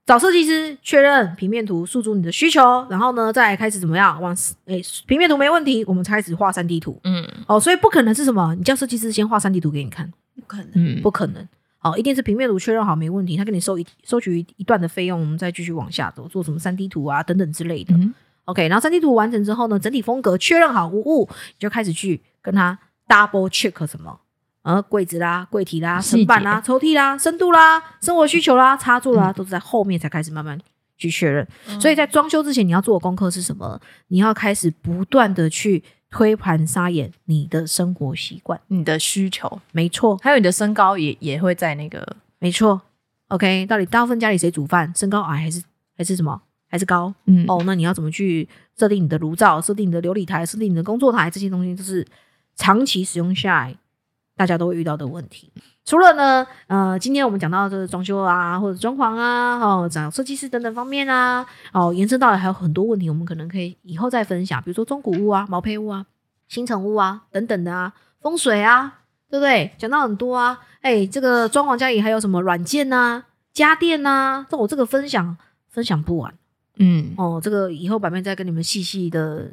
S1: 找设计师确认平面图，诉诸你的需求，然后呢，再开始怎么样往诶、平面图没问题，我们才开始画三 D 图
S3: 嗯
S1: 哦。所以不可能是什么，你叫设计师先画三 D 图给你看，
S2: 不可能。
S3: 嗯
S1: 不可能。哦，一定是平面图确认好没问题，他跟你收一收取一一段的费用，我们再继续往下走，做什么三 D 图啊等等之类的。
S3: 嗯
S1: OK，然后三 D 图完成之后呢，整体风格确认好无误，你就开始去跟他 double check 什么，呃，柜子啦、柜体啦、
S3: 细
S1: 层
S3: 节嗯
S1: 板啦、抽屉啦、深度啦、生活需求啦、插座啦，都是在后面才开始慢慢去确认。
S2: 嗯
S1: 所以在装修之前，你要做的功课是什么？你要开始不断的去推盘撒眼你的生活习惯。
S3: 你的需求，
S1: 没错，
S3: 还有你的身高也也会在那个
S1: 没错。OK，到底大部分家里谁煮饭？身高矮还是还是什么？还是高？
S3: 嗯
S1: 哦，那你要怎么去设定你的炉灶、设定你的琉璃台、设定你的工作台这些东西，就是长期使用下来，大家都会遇到的问题。除了呢，呃，今天我们讲到就是装修啊，或者装潢啊，哦，找设计师等等方面啊，哦，延伸到还有很多问题，我们可能可以以后再分享，比如说中古屋啊、毛坯屋啊、新城屋啊等等的啊，风水啊，对不对？讲到很多啊，哎，这个装潢家里还有什么软件呐、家电呐、这我这个分享分享不完。
S3: 嗯
S1: 哦，这个以后版面再跟你们细细的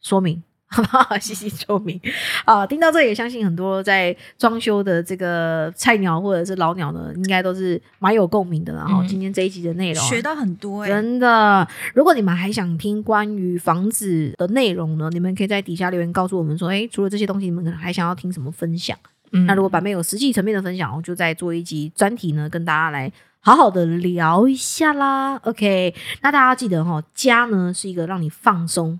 S1: 说明 好不好？细细说明啊！听到这里，也相信很多在装修的这个菜鸟或者是老鸟呢，应该都是蛮有共鸣的啦。然后、
S3: 嗯
S1: 今天这一集的内容啊、
S2: 学到很多哎、
S1: 真的，如果你们还想听关于房子的内容呢，你们可以在底下留言告诉我们说，哎，除了这些东西，你们可能还想要听什么分享？
S3: 嗯
S1: 那如果版妹有实际层面的分享，我就再做一集专题呢，跟大家来好好的聊一下啦。OK，那大家记得哈、哦，家呢是一个让你放松，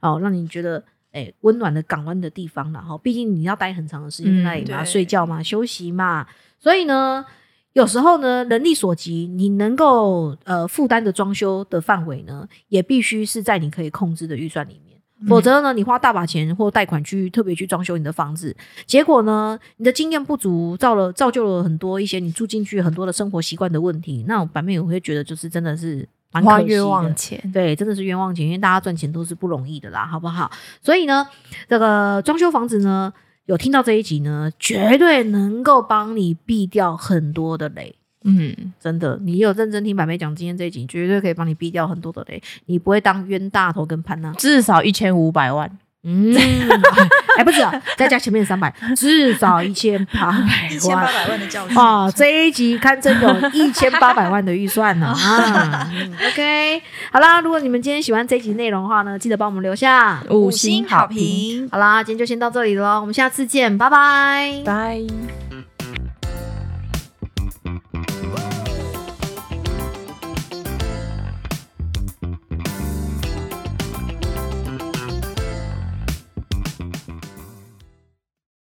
S1: 哦，让你觉得。哎，温暖的港湾的地方啦，哈，毕竟你要待很长的时间在那里嘛，
S2: 嗯对
S1: 睡觉嘛，休息嘛，所以呢，有时候呢，人力所及，你能够呃负担的装修的范围呢，也必须是在你可以控制的预算里面，
S3: 嗯
S1: 否则呢，你花大把钱或贷款去特别去装修你的房子，结果呢，你的经验不足，造了造就了很多一些你住进去很多的生活习惯的问题。那我版面我会觉得就是真的是蛮可
S3: 花
S1: 惜的
S3: 冤枉钱，
S1: 对，真的是冤枉钱，因为大家赚钱都是不容易的啦，好不好？所以呢，这个装修房子呢，有听到这一集呢，绝对能够帮你避掉很多的雷。
S3: 嗯，
S1: 真的，你有认真听百妹讲今天这一集，绝对可以帮你避掉很多的雷，你不会当冤大头跟潘娜。
S3: 至少一千五百万，
S1: 嗯，还不止啊，再加前面三百，至少一千八百
S2: 一千八百万的教训
S1: 啊，这一集堪称有一千八百万的预算呢 啊、嗯 OK，好啦，如果你们今天喜欢这一集内容的话呢，记得帮我们留下。
S3: 五
S2: 星
S3: 星
S2: 好
S3: 好评，
S2: 评。
S1: 好啦，今天就先到这里喽，我们下次见，拜拜。
S3: 拜。